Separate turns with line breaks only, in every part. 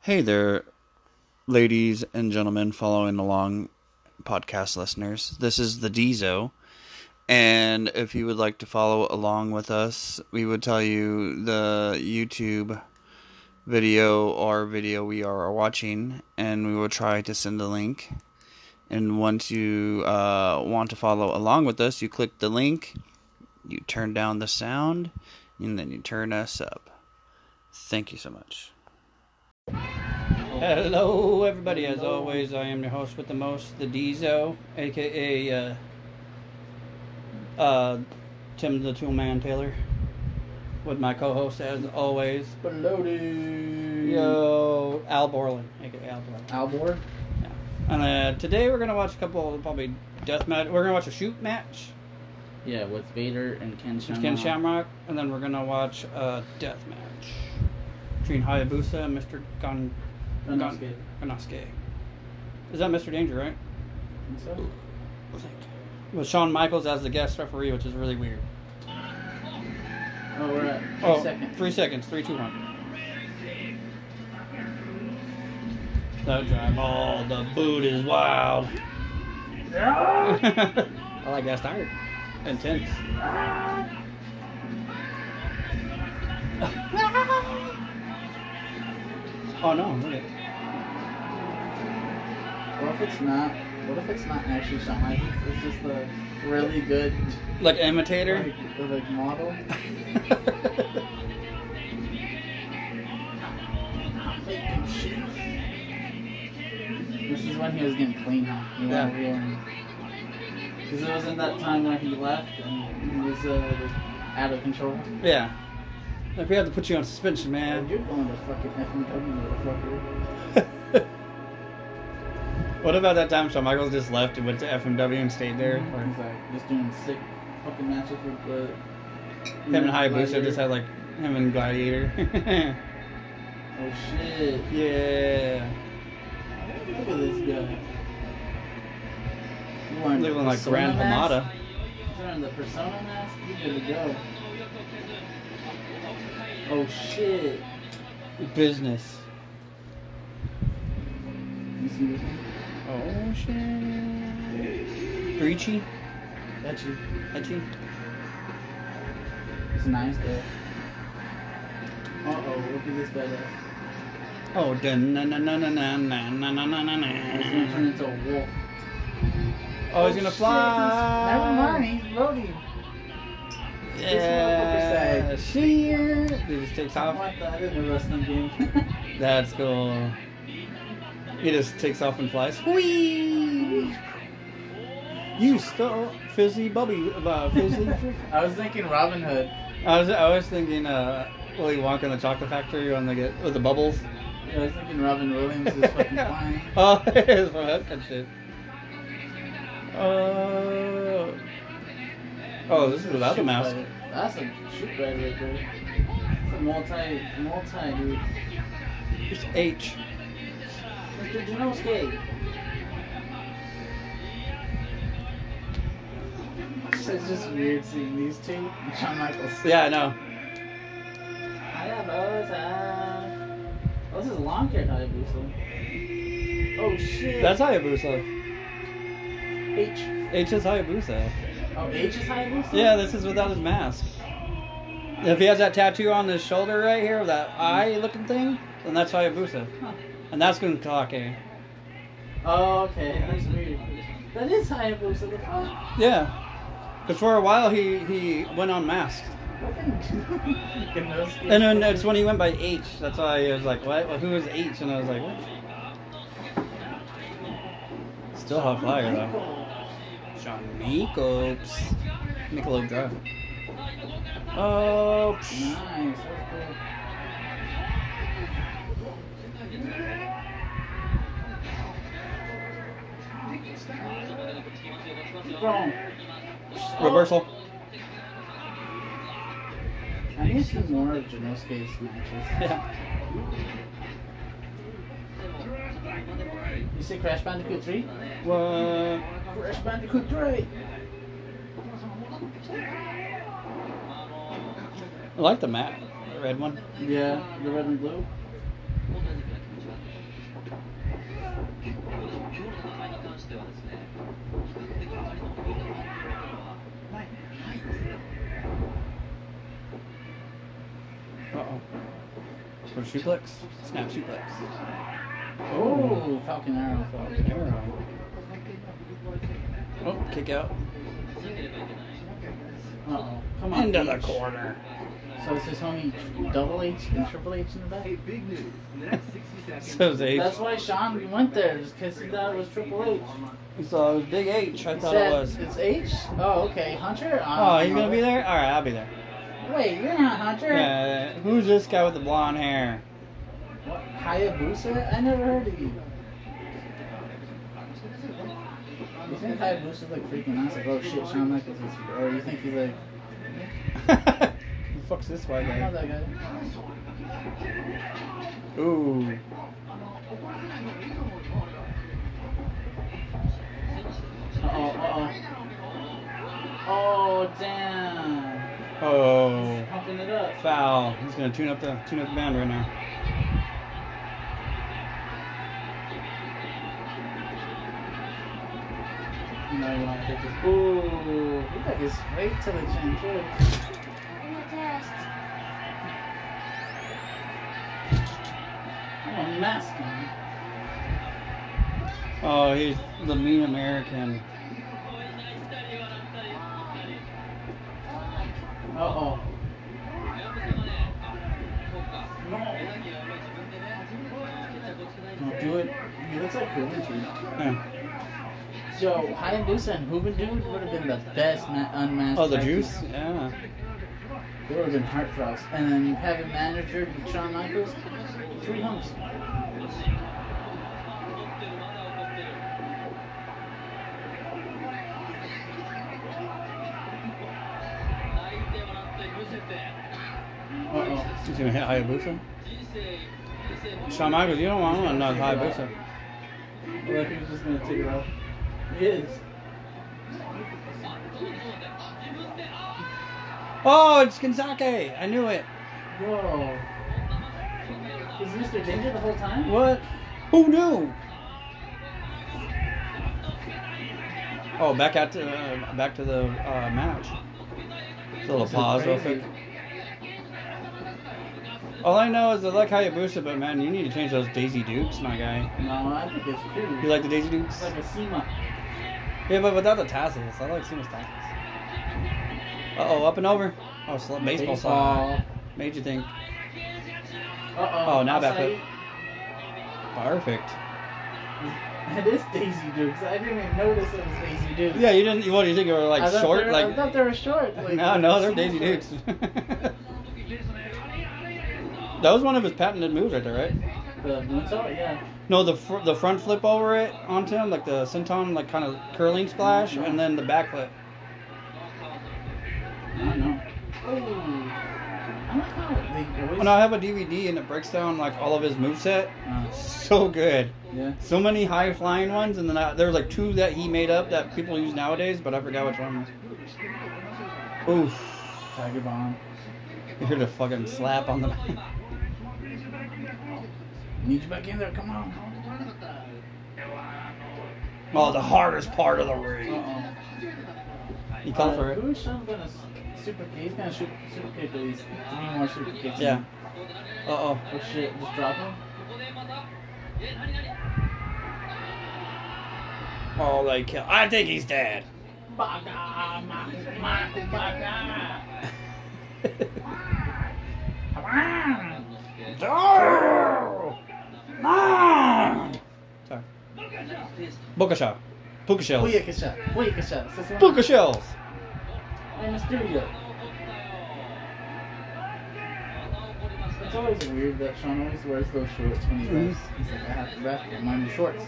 Hey there, ladies and gentlemen, following along, podcast listeners. This is the Dezo. And if you would like to follow along with us, we would tell you the YouTube video or video we are watching, and we will try to send the link. And once you uh, want to follow along with us, you click the link, you turn down the sound, and then you turn us up. Thank you so much. Hello, everybody. As always, I am your host with the most, the Dezo, aka uh, uh, Tim the Tool Man Taylor, with my co-host as always,
Bloated.
yo Al Borland, aka Al Borland.
Albor.
Yeah. And uh, today we're gonna watch a couple of probably death match. We're gonna watch a shoot match,
Yeah, with Vader and Ken
which
Shamrock.
is Ken Shamrock, and then we're gonna watch a death match between Hayabusa and Mr. Gon Gon-
Gunnosuke.
Gunnosuke. Is that Mr. Danger, right?
Think so?
With Shawn Michaels as the guest referee, which is really weird.
Oh, we're at three
Oh,
seconds.
three seconds. Three, two, one. That drive. Oh, the boot is wild. I like that start. Intense. oh no! Look at
What if it's not? What if it's not actually Shawn Michaels? It's just a really good
like imitator.
like, like model. This is when he was getting clean up. You
Yeah.
know, Because it was in that time when he left and he was uh, out of control.
yeah. Like we have to put you on suspension, man.
you're going to fucking FMW, motherfucker.
what about that time Shawn Michaels just left and went to FMW and stayed there?
Or he's like just doing sick fucking matches with uh,
Him and Hayabusa
Gladiator.
just had like him and Gladiator.
Oh shit!
yeah.
Look at this guy. You want
Looking like
persona
Grand
mask?
Hamada.
You want the persona mask? You gotta go. Oh shit!
Business.
You see this one?
Oh shit. Breachy?
That's you.
Etchy?
It's nice though. Uh oh! Look at this badass.
Oh dun na na na na na na na na na na
He's gonna turn
na.
into a wolf.
Oh he's gonna
shit, he's-
fly.
Never mind. He's floating.
Yeah.
This
Shit. He just takes
I
off.
want that in the wrestling game.
That's cool. He just takes off and flies. Whee! You stole fizzy bubby about fizzy.
I was thinking Robin Hood.
I was I was thinking uh, Willy Wonka and the Chocolate Factory when they get with the bubbles.
Yeah, I was thinking Robin Williams is fucking flying.
oh, it's from Hook and shit. Uh, oh, this is without the
Shoot
mask.
bag. That's a shoot bag right there. It's a multi, multi, dude.
It's H.
Mr. Janoski. It's just weird seeing these two. and Shawn Michaels.
Yeah, I know.
Hayabusa. Oh, this is long haired Hayabusa. Oh shit.
That's Hayabusa.
H.
H is Hayabusa.
Oh, H is Hayabusa?
Yeah, this is without his mask. If he has that tattoo on his shoulder right here, that eye looking thing, then that's Hayabusa.
Huh.
And that's Gunkake.
Oh, okay. That's weird. That is Hayabusa. The fuck?
Yeah. Because for a while he, he went on mask. And
and
then it's when he went by H. That's why I was like, what? Well, who is H? And I was like, what? Still hot flyer though. John Michelobes. Michelob Drive. Oh, psh.
Nice. that's cool. Boom.
reversal.
I need to see more of Janosuke's matches.
Yeah.
You see Crash Bandicoot 3?
What?
Crash Bandicoot 3!
I like the mat, the red one.
Yeah, the red and blue. Uh-oh.
For suplex?
Snap suplex.
Oh,
Oh, Falcon Arrow.
fucking arrow.
Oh, kick out. Uh-oh. Come on.
Into the
H.
corner.
So it's just only double H and triple H in the back?
big news. In the next 60 seconds,
So is H.
That's why Sean went there, just because he thought it was Triple H.
So it was Big H. I
He
thought
said
it was.
It's H? Oh, okay. Hunter?
Oh,
I
he's
don't
gonna
know.
be there. All right, I'll be there.
Wait, you're not Hunter?
Yeah. Who's this guy with the blonde hair?
What? Hayabusa? I never heard of you. You think Hayabusa's like freaking out? Like, oh shit, Shawn Michaels is here. Or you think he's like,
Who the fuck's this
I
white
don't know
guy?
that guy.
Ooh.
Uh oh, uh oh. Oh, damn.
Oh.
Pumping it up.
Foul. He's gonna tune up the tune up the band right now.
No, you want to take this. Ooh. He took his straight to the chin, too. I'm a mask on.
Oh, he's the mean American.
Uh oh. No, do it. He looks like Hooven dude.
Yeah.
Yo, Hayabusa and Hooven dude would have been the best ma- unmasked.
Oh, the
tag team.
juice. Yeah.
They would have been heartthrobs. And then you have a manager, with Shawn Michaels, three humps. Uh oh.
He's gonna hit Hayabusa. Shawn Michaels, you don't want to not Hayabusa.
Look, he's just gonna take it off. He is.
Oh, it's Kenzake. I knew it.
Whoa. Is Mr. Danger the whole time?
What? Who knew? Oh, back out to uh, back to the uh, match. Just a little
This is
pause, real
crazy.
quick. All I know is I like Hayabusa, but man, you need to change those Daisy Dukes, my guy.
No, I think it's cool.
You like the Daisy Dukes?
It's like a SEMA.
Yeah, but without the tassels. I like Seamus tassels. Uh oh, up and over. Oh, sl- baseball, slide. Made you think.
Uh-oh.
Oh, now back
outside.
Perfect.
It is Daisy Dukes. I didn't even notice it was Daisy Dukes.
Yeah, you didn't. What do you think? They were
I
like
thought
short,
they were- I
like.
thought they were short. Like,
no, no, they're Daisy
super-
Dukes. that was one of his patented moves, right there, right?
The moonsault, yeah.
No, the fr- the front flip over it onto him, like the senton, like kind of curling splash, and then the back flip.
I don't know. Ooh. I like how they always.
And I have a DVD, and it breaks down like all of his moveset.
Uh,
So good.
yeah.
So many high flying ones, and then I, there was like two that he made up that people use nowadays, but I forgot which one. Oof!
Tiger Bomb.
You heard a fucking slap on the.
Need you back in there. Come on.
oh, the hardest part of the ring.
Uh-oh.
He called for it.
Uh, Who is Sean gonna s- super kick? He's gonna shoot super kick at least three more super kicks.
Yeah. Uh oh.
Oh shit, just drop him.
Oh, they kill. I think he's dead.
Baga, Michael, Michael, baga. Come on.
Sorry. Book a shot. Book a shells.
Wait a shot. Wait a shot. This is
Book a shells.
in the studio. It's always weird that Sean always wears those shorts when
Mm-hmm.
he wrestles. He's like, I have to wrestle in my new shorts.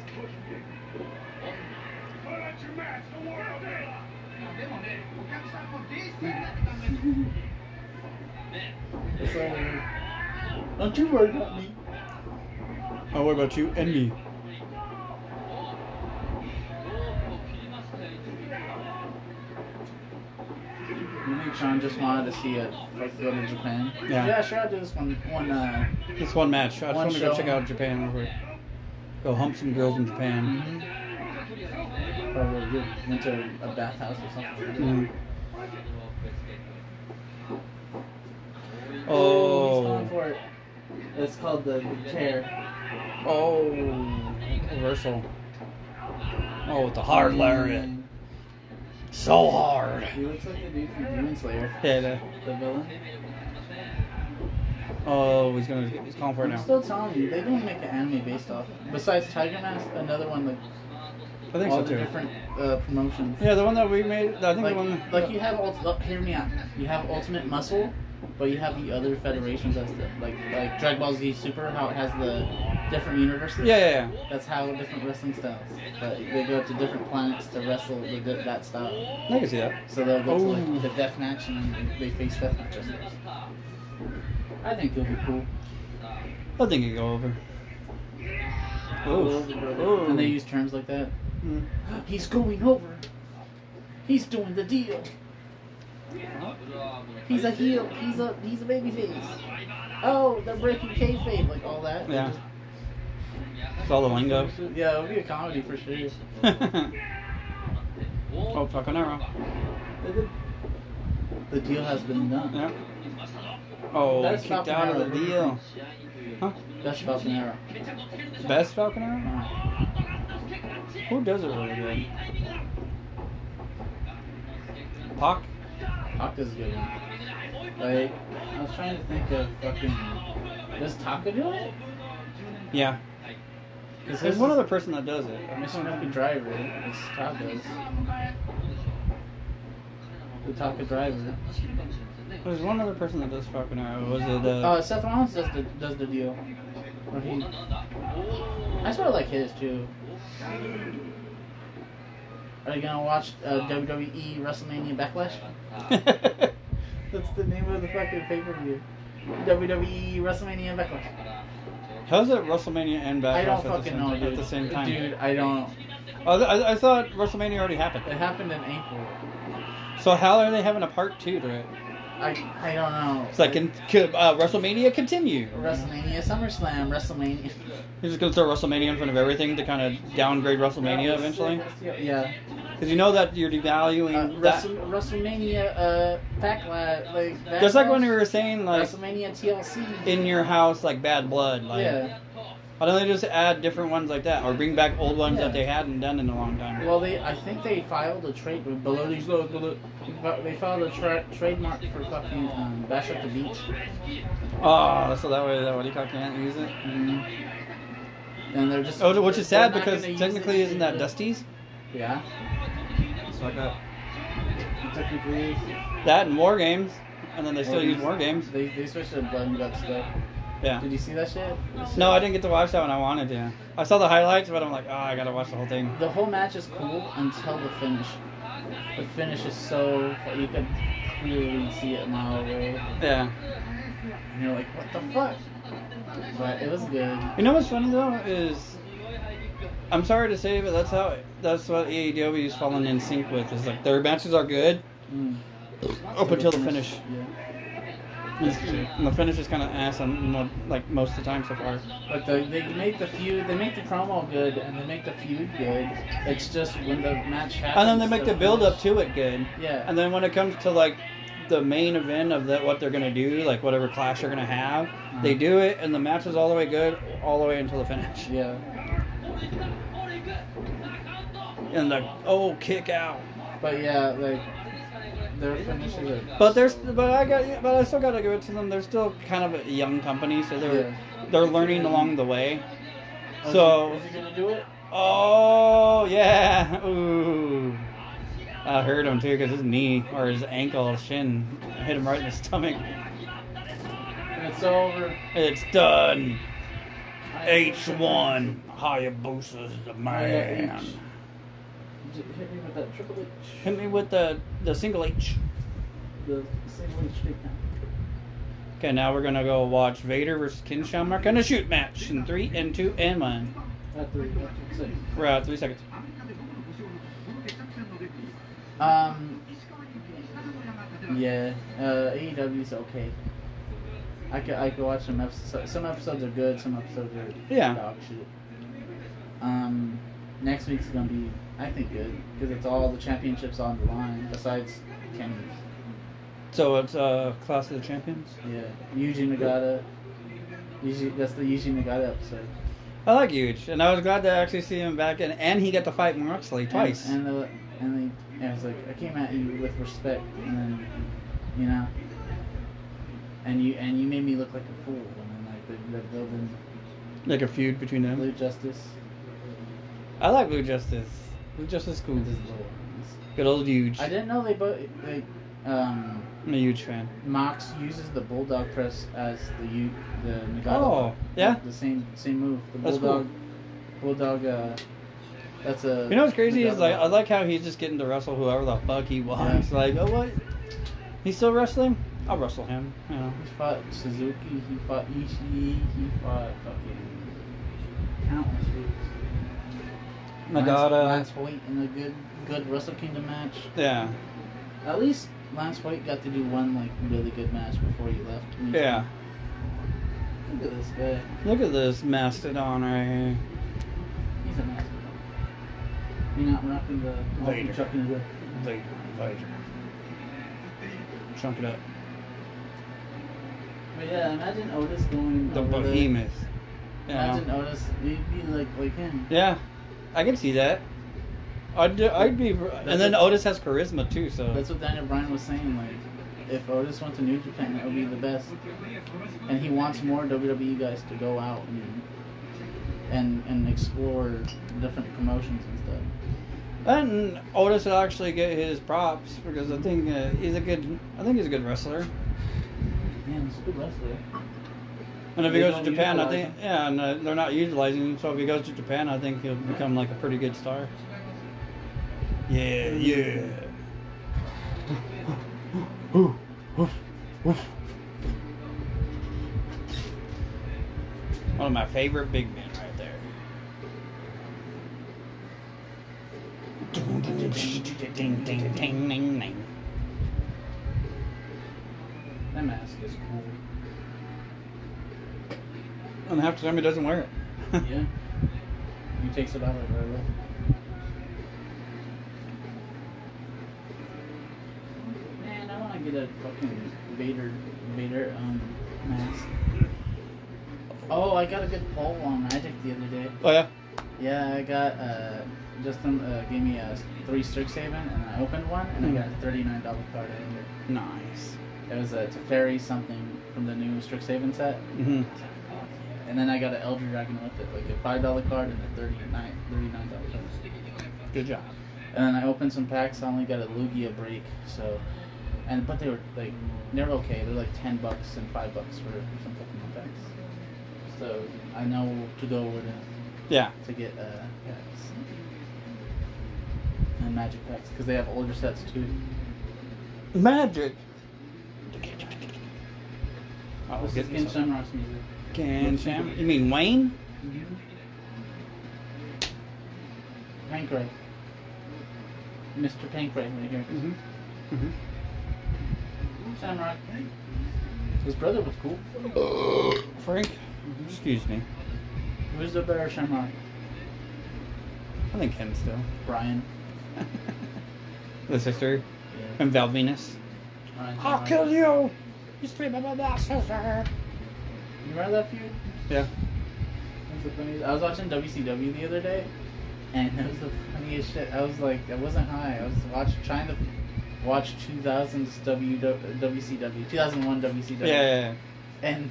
It's like, don't you worry about me.
Oh, what about you and me?
You think Sean just wanted to see it, like go to Japan?
Yeah.
Yeah, sure. I'll do this one. One. Uh,
Just one match. I just
One
want to go
shell.
check out Japan real quick. Go hump some girls in Japan. Mm-hmm.
Probably good. Went to a bathhouse or
Mm.
something. Oh, he's
Oh.
falling for it. It's called the tear.
Oh, reversal. Oh, with the hard lariat.
Mm,
So hard.
Mm-hmm. He looks like the dude from Demon Slayer,
Yeah, the-
the villain.
Oh, he's gonna. He's calling for it
I'm
now.
still telling you, they don't make an anime based off. Besides Tiger Mask, another one like
I think
all
so
the
too.
different uh, promotions.
Yeah, the one that we made. I think the
like,
one.
like you have ult- look, hear me out. You have Ultimate Muscle, but you have the other federations as the like like Dragon Ball Z Super, how it has the different universes.
Yeah, yeah, yeah.
That's how different wrestling styles. But they go to different planets to wrestle the, di- that style.
I can see that.
So they'll go to
Ooh.
like the death match and then they face death matches. I think it'll be cool.
I think it go over. Ooh.
And they use terms like that.
Mm.
He's going over. He's doing the deal. He's a heel. He's a he's a baby face. Oh, they're breaking kayfabe, like all that.
Yeah. It's all the lingo.
Yeah, it'll be a comedy for sure.
oh, fucking arrow.
The deal has been done.
Yeah. Oh,
Best
kicked
Falcon
out of
Arrow.
the deal. Huh?
That's about an era.
Best Falcon arrow?
Uh,
Who does it really good? Pac?
Taka's a good one. Like, I was trying to think of fucking. Does Taka do it?
Yeah.
Because
There's one other person that does it. I'm just
Mission Taka Driver. It's Taka's. The Taka Driver.
There's one other person that does Falcon Arrow. Was it uh,
Uh, Seth Rollins does the does the deal. Or he- I sort of like his too. Are you gonna watch uh, WWE WrestleMania Backlash? Uh, That's the name of the fucking pay per view. WWE E WrestleMania Backlash.
How's it WrestleMania and Backlash
I don't
at, the
fucking
same,
know,
at
dude.
the same time?
Dude, I don't.
Oh, th- I, I thought WrestleMania already happened.
It happened in April.
So how are they having a part two to it?
I I don't know.
It's like, can, could uh, WrestleMania continue?
WrestleMania, SummerSlam, WrestleMania.
You're just gonna throw WrestleMania in front of everything to kind of downgrade WrestleMania eventually?
Yeah.
Because you know that you're devaluing
Uh,
that.
Wrestle, WrestleMania uh, Backlash. Like,
That's like when
Backlash.
you were saying like
WrestleMania TLC.
in your house like bad blood. Like
yeah.
why don't they just add different ones like that or bring back old ones
Yeah.
that they hadn't done in a long time?
Well, they I think they filed a trade below these low below, they filed a tra- trademark for fucking um, Bash at the Beach.
Oh, so that way that what do you call can't use it?
Mm-hmm. And they're just
Oh, which is
they're
sad
not
because
gonna use
technically
it.
isn't that Dusty's?
Yeah.
So I got
Technically,
that and War Games, and then they still
War
use
Games.
War Games.
they they switched to blood and guts stuff.
Yeah.
Did you see that shit?
No, I didn't get to watch that when I wanted to. I saw the highlights, but I'm like, oh, I gotta watch the whole thing.
The whole match is cool until the finish. The finish is so fu- you can clearly see it a mile away,
Yeah.
and you're like, what the fuck? But it was good.
You know what's funny though is, I'm sorry to say, but that's how that's what AEW is falling in sync with. Is like their matches are good
Mm.
up until the finish,
Yeah.
and the finish is kind of ass on mo- like most of the time so far.
But the, they make the feud, they make the promo good, and they make the feud good. It's just when the match happens.
And then they make the build up to it good,
Yeah.
and then when it comes to like the main event of that what they're gonna do, like whatever clash they're gonna have,
Uh-huh.
they do it, and the match is all the way good all the way until the finish,
yeah.
and like oh kick out.
But yeah, like their finishes are.
But there's, but I got, but I still gotta give it to them. They're still kind of a young company, so they're they're learning along the way. So,
Oh, Is he gonna do it?
oh yeah, ooh, I hurt him too because his knee or his ankle, shin hit him right in the stomach.
And it's over.
It's done.
I-
H one Hayabusa's the man.
H. J- Hit me with that triple H.
Hit me with the the single H.
The single H kick now.
Okay, now we're gonna go watch Vader versus Ken Shamrock in a shoot match in three and two and one.
Not three, not two, six.
We're out three seconds.
Um. Yeah. Uh, AEW's okay. I could I could watch some episodes. Some episodes are good. Some episodes are
Yeah.
dog shit. Um, next week's gonna be, I think, good because it's all the championships on the line besides Kenny's.
So it's uh, Class of the Champions.
Yeah, Yuji Nagata. Yuji, that's the Yuji Nagata episode.
I like Huge, and I was glad to actually see him back, and and he got to fight Moxley twice.
And, and the and the and it's like I came at you with respect, and then you know, and you and you made me look like a fool, and then like the, the building
like a feud between them.
Blue Justice.
I like Blue Justice. Blue Justice is cool.
This is the-
Good old Huge.
I didn't know they both like um,
I'm a huge fan.
Mox uses the bulldog press as the U- the Nagata.
Oh, yeah?
The same same move. The
That's
bulldog bulldog. Uh, that's a.
You know what's crazy is
Nagata.
like I like how he's just getting to wrestle whoever the fuck he wants.
Yeah.
Like, oh what? He's still wrestling? I'll wrestle him. You know.
He fought Suzuki, he fought Ishii, he fought fucking countless dudes.
Nagata.
Lance, Lance Hoyt in a good good Wrestle Kingdom match.
Yeah.
At least Lance Hoyt got to do one like really good match before he left.
Yeah.
Look at this guy.
Look at this mastodon right here.
He's a master. You're not rocking the
Vader.
chucking the
Vader. Vader. Chunk it up.
But yeah, imagine Otis going
The
over there.
behemoth. You know?
Imagine Otis he'd be like like him.
Yeah. I can see that. I'd, do- I'd be. And then
what-
Otis has charisma too, so.
That's what Daniel Bryan was saying, like if Otis went to New Japan that would be the best. and he wants more WWE guys to go out and and, and explore different promotions and stuff.
And Otis will actually get his props because I think uh, he's a good. I think he's a good wrestler.
Man, it's a good wrestler.
And if he
They
goes to
don't
Japan, I
utilize
think yeah, and uh, they're not utilizing him. So if he goes to Japan, I think he'll become like a pretty good star. Yeah, yeah. One of my favorite big men right there. Ding, ding, ding, ding, ding, ding, ding.
That mask is cool.
And half the time he doesn't wear it.
yeah. He takes it off like right away. Man, I wanna get a fucking Vader Vader um mask. Oh, I got a good poll on Magic the other day.
Oh yeah.
Yeah, I got uh, Justin uh, gave me a three Strixhaven, and I opened one, and I got a thirty-nine dollar card. in
Nice.
there. It was a Teferi something from the new Strixhaven set,
hmm
and then I got an Elder Dragon with it, like a five dollar card and a 39 thirty-nine dollar card.
Good job.
And then I opened some packs. I only got a Lugia break, so, and but they were like they were okay. They're like ten bucks and five bucks for some fucking packs. So I know to go with it.
Yeah.
to get uh, packs and magic packs because they have older sets too.
Magic. I'll
This
Oh, get
is Ken
this.
Shamrock's music.
Can Sham? You mean Wayne?
Pankray. Mr. Pankray right here.
Mm-hmm.
Shamrock. His brother was cool.
Frank? Excuse me.
Who's the better Shamrock?
I think Ken still.
Brian.
the sister Uh,
Yeah.
and Val Venus.
Brian Shamrock.
you! You scream about that sister.
You remember that feud?
Yeah.
That's the funniest. I was watching WCW the other day, and that was the funniest shit. I was like, I wasn't high. I was watch, trying to watch 2000s w, WCW, 2001 WCW.
Yeah. yeah,
And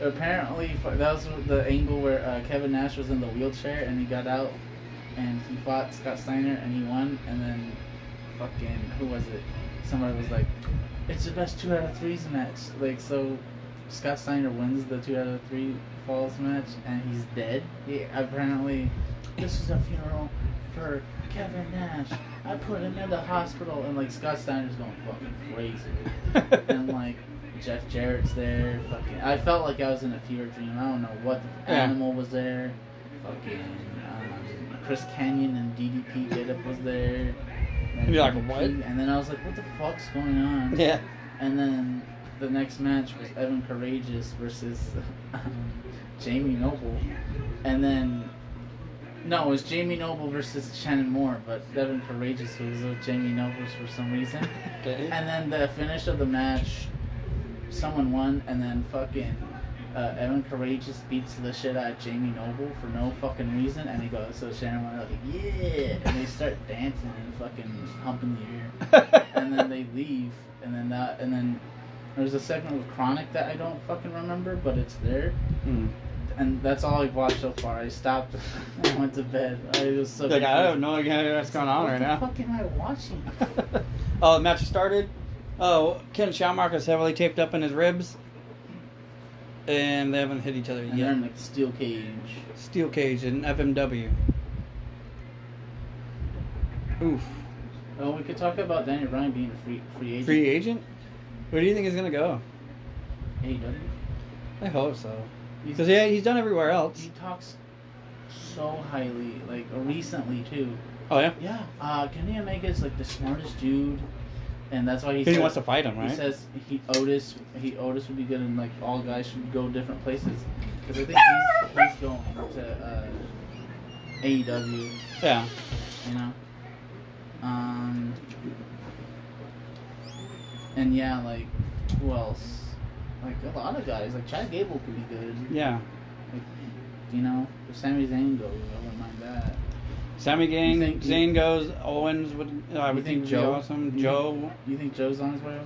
apparently, fu- that was the angle where uh, Kevin Nash was in the wheelchair and he got out and he fought Scott Steiner and he won. And then, fucking, who was it? Somebody was like, it's the best two out of threes match. Like, so Scott Steiner wins the two out of three falls match and he's dead. He apparently, this is a funeral for Kevin Nash. I put him in the hospital. And, like, Scott Steiner's going fucking crazy
yeah.
and like Jeff Jarrett's there. Fucking, I felt like I was in a fever dream. I don't know what the
Yeah.
animal was there. Fucking um, Chris Canyon and DDP Getup was there. And
You're like,
fucking
"What?"
Pete- And then I was like, what the fuck's going on?
yeah.
And then the next match was Evan Courageous versus um, Jamie Noble. And then No, it was Jamie Noble versus Shannon Moore, but Devin Courageous was with Jamie Noble for some reason.
Okay.
And then the finish of the match, someone won, and then fucking uh, Evan Courageous beats the shit out of Jamie Noble for no fucking reason, and he goes, so Shannon went out like, yeah, and they start dancing and fucking humping the air, and then they leave, and then that, and then there's a segment with Chronic that I don't fucking remember, but it's there,
Hmm.
and that's all I've watched so far. I stopped, I went to bed. I was so
Like, I
confused.
have no idea what's going on
What
right
the
now.
Fuck am I watching?
oh, the match started. Oh, Ken Shamrock is heavily taped up in his ribs, and they haven't hit each other
And they're
yet.
in like steel cage.
Steel cage and FMW. Oof.
Oh, we could talk about Daniel Bryan being a free free agent.
Free agent? Where do you think he's gonna go?
AEW.
I hope so.
E He's-
Because yeah, he's done everywhere else.
He talks so highly, like recently too.
Oh yeah.
Yeah, uh, Kenny Omega is like the smartest dude, and that's why he.
Because he
says-
wants to fight him,
He
right?
says he Otis he Otis would be good, and like all guys should go different places. Because I think he's, he's going to E uh, AEW,
Yeah.
you know. Um. And yeah, like who else? Like a lot of guys, like Chad Gable could be good.
Yeah.
You know, if Sami Zayn goes, I wouldn't mind that.
Sammy Gang,
You think-
Zane goes, Owens would uh, I
You
would
think
think, Joe
Joe- Mm-hmm.
awesome.
you
Joe
You think Joe's on his way over?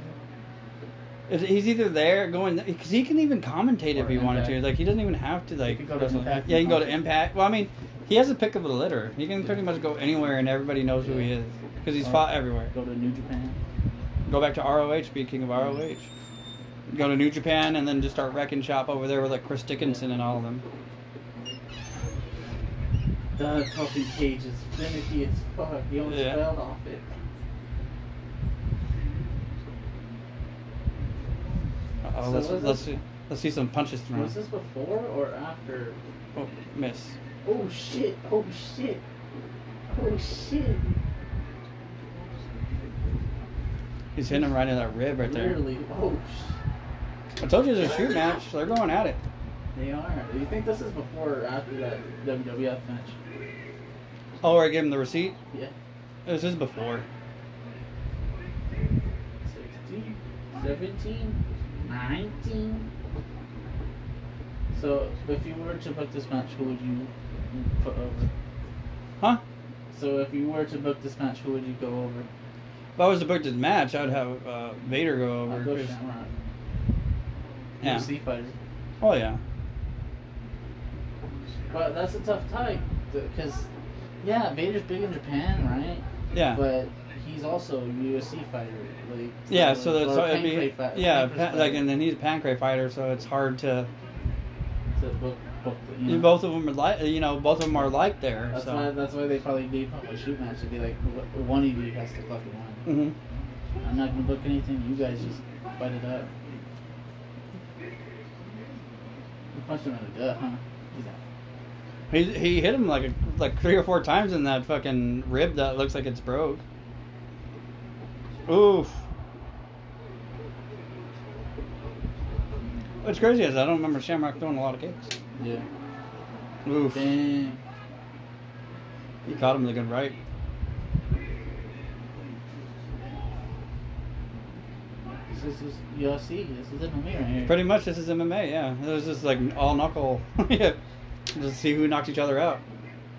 is, he's either there going because he can even commentate if
Or
he wanted to.
Impact.
Like he doesn't even have to like
could go to
wrestle.
Impact.
Yeah, he can go to Impact. Well, I mean, he has a pick of the litter. He can pretty much go anywhere and everybody knows who he is because he's
Or-
fought everywhere.
Go to New Japan.
Go back to ROH, be king of ROH. Go to New Japan and then just start wrecking shop over there with like Chris Dickinson and all of them.
The fucking cage is finicky as fuck. He almost
Yeah.
fell off it.
Uh-oh,
So
Uh, let's
what is
let's
this?
see, let's see some punches thrown.
Was this before or after?
Oh, miss.
Oh shit! Oh shit! Oh shit!
He's hitting him right in that rib right there.
Literally, oh sh-
I told you it's a shoot match. They're going at it.
They are. Do you think this is before or after that WWF match?
Oh, or I gave him the receipt.
Yeah.
This is before.
16, 17, 19. So, if you were to book this match, who would you put over?
Huh?
So, if you were to book this match, who would you go over?
If I was to book this match, I'd have uh, Vader go over.
I'd go
Chris.
Shamrock.
Yeah.
UFC fighter.
Oh yeah.
But that's a tough tie. Because, yeah, Vader's big in Japan, right?
Yeah.
But he's also a UFC fighter. Like,
yeah. So that's
or
so
a
it'd be
pancrase fi-
yeah.
pancrase
Pa- like
fighter
and then he's a pancrase fighter, so it's hard to.
to book, book, you know.
Both of them are like you know both of them are like there.
Mm-hmm. That's
so.
why. That's why they probably gave up a shoot match to be like, "Wh- one of you has to fucking win.
hmm
I'm not gonna book anything. You guys just fight it up. You punched him in the gut, huh? He's out.
He he hit him like a, like three or four times in that fucking rib that looks like it's broke. Oof. What's crazy is I don't remember Shamrock throwing a lot of kicks.
Yeah.
Oof.
Dang.
He caught him with a good right.
This is just UFC. This is MMA right here.
Pretty much, this is MMA. Yeah, it was just like all knuckle. yeah, just see who knocked each other out.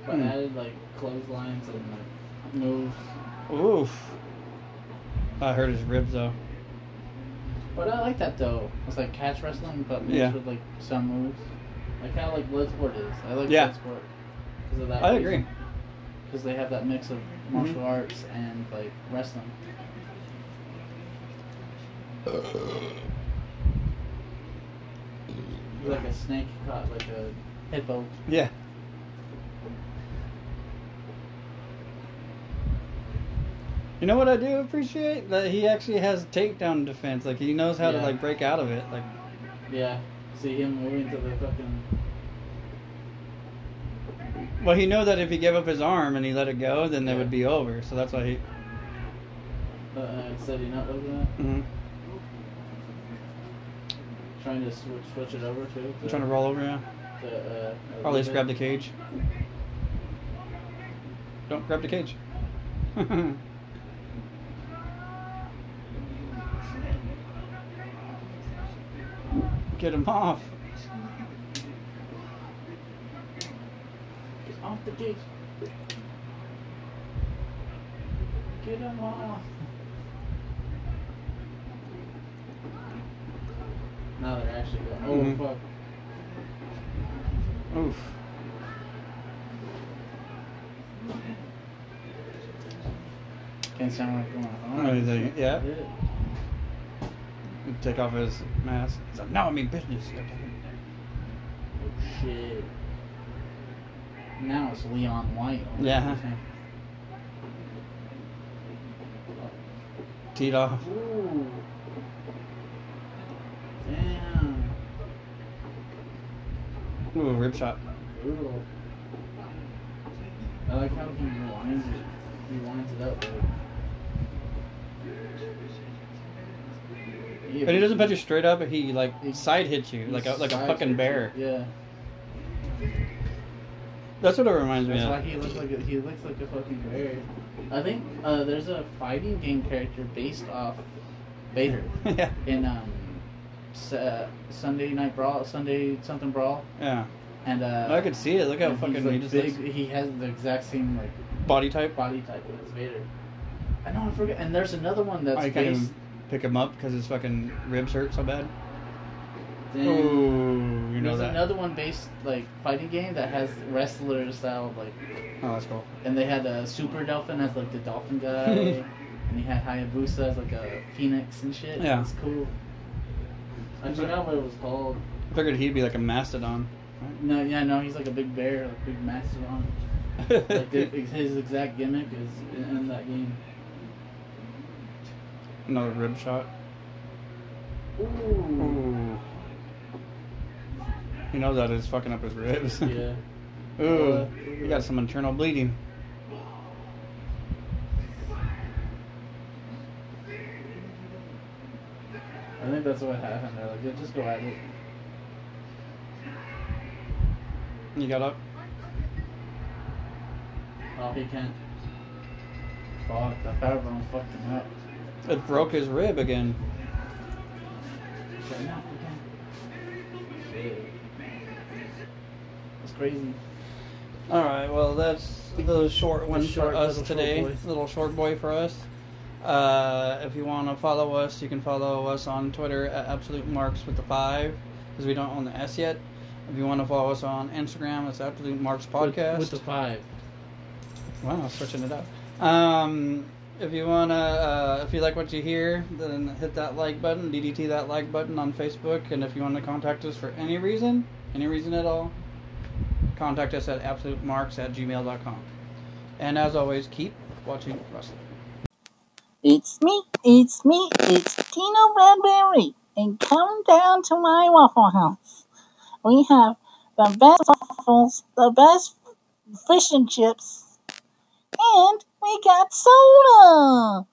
But
Hmm.
added like clotheslines and like moves.
Oof. I hurt his ribs though.
But I like that though. It's like catch wrestling, but mixed
Yeah.
with like some moves. Like kind of like Bloodsport is. I like
Yeah.
Bloodsport because of that.
I agree.
Because they have that mix of martial arts and like wrestling. Uh. Like a snake caught like a hippo.
Yeah. You know what I do appreciate that he actually has takedown defense. Like he knows how to
Yeah.
like break out of it. Like
Yeah. See him moving to the fucking.
well, he knew that if he gave up his arm and he let it go, then it
Yeah.
would be over. So that's why he.
Uh, uh, setting up over that.
mhm.
Trying to switch, switch it over to.
trying to roll over now.
The, uh,
Probably just grab the cage. Don't grab the cage. Get him off.
Get off the cage. Get him off. Now they're actually going. Oh
Mhm.
fuck!
Oof.
Can't sound like going. on.
Oh, they- yeah.
Did it.
He'd Take off his mask. He's like, no, I mean business.
Oh shit! Now it's Leon White. on the
Yeah.
thing.
Teed off.
Ooh. Damn.
Ooh, rib shot.
Brutal. I like how he rewinds it. He winds it up. Like,
But he doesn't punch you straight up. He like
He-
side hits you like a like a fucking bear.
Yeah.
That's what it reminds me
That's why
of.
he looks like a, he looks like a fucking bear. I think uh, there's a fighting game character based off Vader
yeah,
in um, S- uh, Sunday Night Brawl, Sunday something Brawl,
yeah.
and uh,
I could see it. Look how
and he's,
fucking
like,
he just
big.
looks
He has the exact same like
body type.
body type as Vader. I know I forget. And there's another one that's
I can't
based.
even pick him up because his fucking ribs hurt so bad.
Damn.
Ooh, you know
there's
that?
another one based like fighting game that has wrestler style like,
Oh, that's cool.
and they had a Super Dolphin as like the Dolphin guy, and he had Hayabusa as like a Phoenix and shit.
Yeah.
it's cool. I forgot what it was called.
I figured he'd be like a mastodon.
No, yeah, no, he's like a big bear, like big mastodon. Like the, his exact gimmick is in, in that game.
Another rib shot.
Ooh.
Ooh. You know that is fucking up his ribs.
Yeah.
Ooh, you got some internal bleeding.
I think that's what happened. They're like, "Yeah, just go at it.
You got up.
Oh, he can't. Fuck, that powerbomb fucked him up.
It broke his rib again.
He's like, "No, we can't." Shit. That's crazy.
All right. Well, that's the short one
short
for us
little short
today.
boy.
little short boy for us. Uh, if you want to follow us, you can follow us on Twitter at Absolute Marks with the five, because we don't own the S yet. If you want to follow us on Instagram, it's Absolute Marks Podcast.
With, the five.
Wow, switching it up. Um, if you wanna, uh, if you like what you hear, then hit that like button, DDT that like button on Facebook, and if you want to contact us for any reason, any reason at all, contact us at absolutemarks at gmail.com. And as always, keep watching wrestling.
It's me, it's me, it's Tino Bradbury, and come down to my Waffle House. We have the best waffles, the best fish and chips, and we got soda.